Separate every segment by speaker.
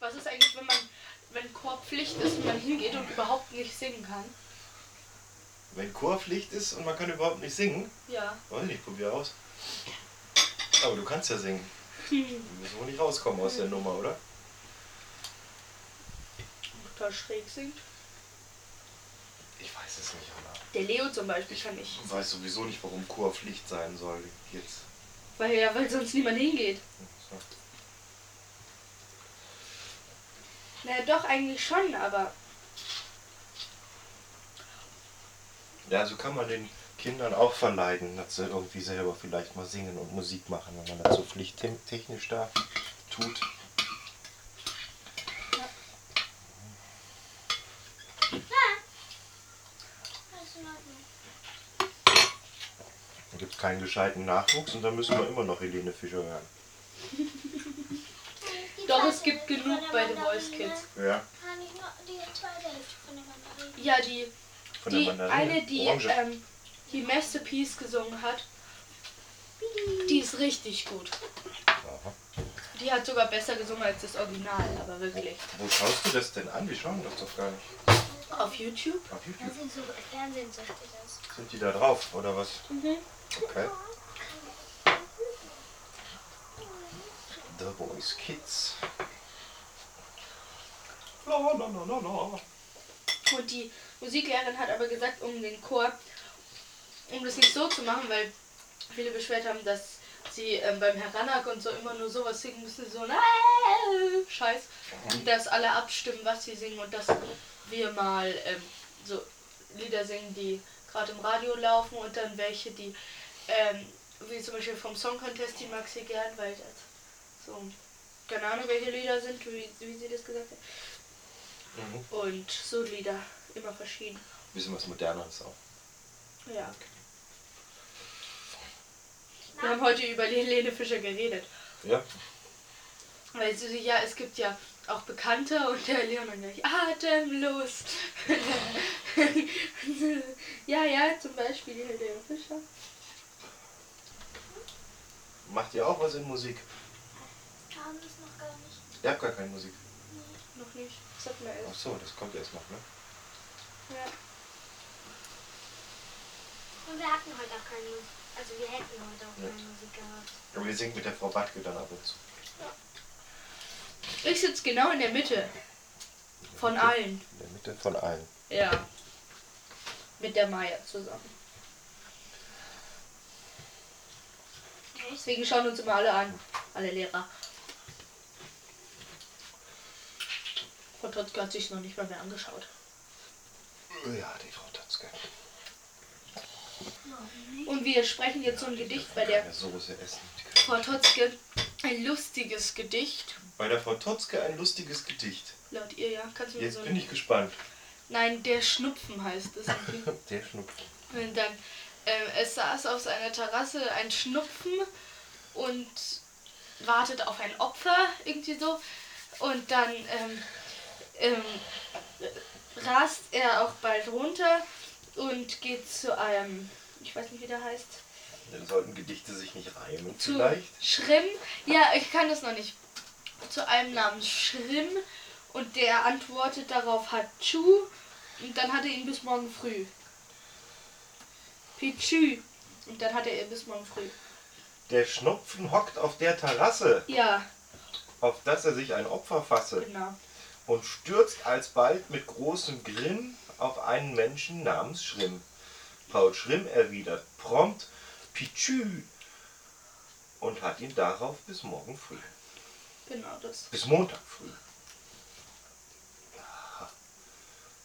Speaker 1: Was ist eigentlich, wenn man, wenn Chorpflicht ist und man hingeht und überhaupt nicht singen kann?
Speaker 2: Wenn Chorpflicht ist und man kann überhaupt nicht singen,
Speaker 1: Ja.
Speaker 2: weiß ich nicht, probier aus. Aber du kannst ja singen.
Speaker 1: Hm.
Speaker 2: Wir müssen wohl nicht rauskommen aus der Nummer, oder?
Speaker 1: Da schräg singt.
Speaker 2: Ich weiß es nicht, Anna.
Speaker 1: Der Leo zum Beispiel kann nicht.
Speaker 2: Ich weiß sowieso nicht, warum Chorpflicht sein soll jetzt.
Speaker 1: Weil ja, weil sonst niemand hingeht.
Speaker 2: So.
Speaker 1: Naja, doch, eigentlich schon, aber
Speaker 2: Ja, so kann man den Kindern auch verleiden, dass sie irgendwie selber vielleicht mal singen und Musik machen, wenn man das so pflichttechnisch da tut.
Speaker 3: Alles in Ordnung.
Speaker 2: Dann gibt es keinen gescheiten Nachwuchs und dann müssen wir immer noch Helene Fischer hören.
Speaker 3: Die
Speaker 1: Doch,
Speaker 3: zweite
Speaker 1: es gibt
Speaker 3: Hälfte
Speaker 1: genug
Speaker 3: von der
Speaker 1: bei The
Speaker 3: Mandarine
Speaker 1: Voice Kids.
Speaker 2: Ja.
Speaker 3: Kann ich nur die zweite Hälfte von der Mandarine?
Speaker 1: ja, die,
Speaker 2: Von
Speaker 1: die
Speaker 2: der Mandarine.
Speaker 1: eine, die,
Speaker 2: Orange.
Speaker 1: ähm, die Masterpiece gesungen hat, die ist richtig gut.
Speaker 2: Aha.
Speaker 1: Die hat sogar besser gesungen als das Original, aber wirklich.
Speaker 2: Wo schaust du das denn an? Wir schauen das doch gar nicht.
Speaker 1: Auf YouTube?
Speaker 2: Auf YouTube.
Speaker 3: Fernsehen, so, Fernsehen sagt ihr das.
Speaker 2: Sind die da drauf oder was?
Speaker 1: Mhm.
Speaker 2: Okay. The Voice Kids. La la la la la.
Speaker 1: Und die Musiklehrerin hat aber gesagt, um den Chor, um das nicht so zu machen, weil viele beschwert haben, dass sie ähm, beim Heranak und so immer nur sowas singen müssen, so na Scheiß. Und dass alle abstimmen, was sie singen und dass wir mal ähm, so Lieder singen, die gerade im Radio laufen und dann welche, die, ähm, wie zum Beispiel vom Song Contest, die Maxi gern, weil das so, keine Ahnung, welche Lieder sind, wie, wie sie das gesagt hat.
Speaker 2: Mhm.
Speaker 1: Und so Lieder, immer verschieden.
Speaker 2: Bisschen was Moderneres auch.
Speaker 1: Ja. Wir haben heute über die Helene Fischer geredet.
Speaker 2: Ja.
Speaker 1: Weil sie, ja, es gibt ja auch Bekannte und der Leon dann gleich atemlos. ja, ja, zum Beispiel die Helene Fischer.
Speaker 2: Macht ihr auch was in Musik?
Speaker 3: Haben das noch gar nicht.
Speaker 2: Ihr habt gar keine Musik.
Speaker 1: Noch nicht. Das hat mir
Speaker 2: Ach
Speaker 1: erst.
Speaker 2: so, das kommt erst noch, ne?
Speaker 1: Ja.
Speaker 3: Und wir hatten heute auch keine Musik. Also wir hätten heute auch
Speaker 2: Ja.
Speaker 3: keine Musik gehabt.
Speaker 2: Aber ihr singt mit der Frau Badke dann ab und zu.
Speaker 1: Ich sitze genau in der Mitte. Von allen.
Speaker 2: In der Mitte von allen.
Speaker 1: Ja. Mit der Maya zusammen.
Speaker 3: Echt?
Speaker 1: Deswegen schauen uns immer alle an. Alle Lehrer. Frau Trotzke hat sich noch nicht mal mehr angeschaut.
Speaker 2: Oh Ja, die Frau Tatzke.
Speaker 1: Und wir sprechen jetzt so ein Gedicht bei der
Speaker 2: Keine Soße essen. Die kann-
Speaker 1: Frau Totzke. Ein lustiges Gedicht.
Speaker 2: Bei der Frau Totzke ein lustiges Gedicht.
Speaker 1: Laut ihr, ja. Kannst du mir
Speaker 2: Jetzt
Speaker 1: so
Speaker 2: bin ich gespannt.
Speaker 1: Nein, der Schnupfen heißt es.
Speaker 2: Der Schnupfen.
Speaker 1: Und dann, ähm, es saß auf seiner Terrasse ein Schnupfen und wartet auf ein Opfer, irgendwie so. Und dann ähm, ähm, rast er auch bald runter und geht zu einem, ich weiß nicht, wie der heißt,
Speaker 2: Dann sollten Gedichte sich nicht reimen
Speaker 1: zu
Speaker 2: vielleicht.
Speaker 1: Schrimm. Ja, ich kann das noch nicht. Zu einem namens Schrimm und der antwortet darauf Hatschu und dann hat er ihn bis morgen früh. Pichu und dann hat er ihn bis morgen früh.
Speaker 2: Der Schnupfen hockt auf der Terrasse,
Speaker 1: Ja,
Speaker 2: auf das er sich ein Opfer fasse
Speaker 1: genau.
Speaker 2: und stürzt alsbald mit großem Grimm auf einen Menschen namens Schrimm. Paul Schrimm erwidert prompt Pichü und hat ihn darauf bis morgen früh.
Speaker 1: Genau das.
Speaker 2: Bis Montag früh. Ja.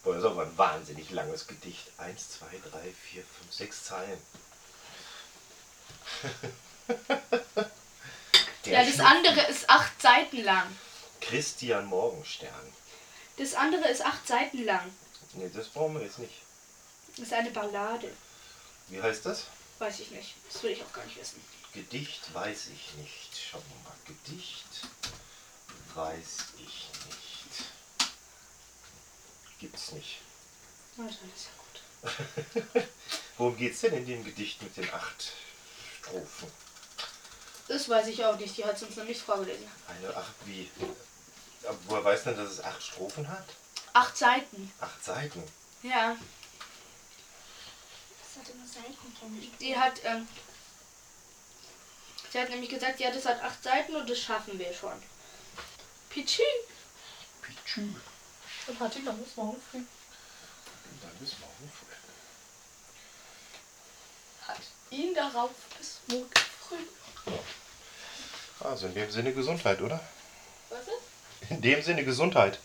Speaker 2: Boah, das ist aber ein wahnsinnig langes Gedicht. Eins, zwei, drei, vier, fünf, sechs Zeilen. Der
Speaker 1: Ja, das
Speaker 2: Schnupfen.
Speaker 1: andere ist acht Seiten lang.
Speaker 2: Christian Morgenstern.
Speaker 1: Das andere ist acht Seiten lang.
Speaker 2: Nee, das brauchen wir jetzt nicht.
Speaker 1: Das ist eine Ballade.
Speaker 2: Wie heißt das?
Speaker 1: Weiß ich nicht. Das will ich auch gar nicht wissen.
Speaker 2: Gedicht weiß ich nicht. Schauen wir mal. Gedicht weiß ich nicht. Gibt's nicht.
Speaker 1: Na, dann Also, ist ja gut.
Speaker 2: Worum geht's denn in dem Gedicht mit den acht Strophen?
Speaker 1: Das weiß ich auch nicht. Die hat es uns noch nicht vorgelesen.
Speaker 2: Eine, ach wie? Aber woher weiß denn, dass es acht Strophen hat?
Speaker 1: Acht Seiten.
Speaker 2: Acht Seiten.
Speaker 1: Ja.
Speaker 3: Das hat immer Seiten kennen.
Speaker 1: Die hat, ähm, sie hat nämlich gesagt, ja, das hat acht Seiten und das schaffen wir schon. Pichu.
Speaker 2: Pichu.
Speaker 4: Und hatte ich noch bis morgen früh.
Speaker 2: Dann müssen wir aufhören.
Speaker 1: Hat ihn darauf bis morgen früh.
Speaker 2: Also in dem Sinne Gesundheit, oder?
Speaker 1: Was ist?
Speaker 2: In dem Sinne Gesundheit.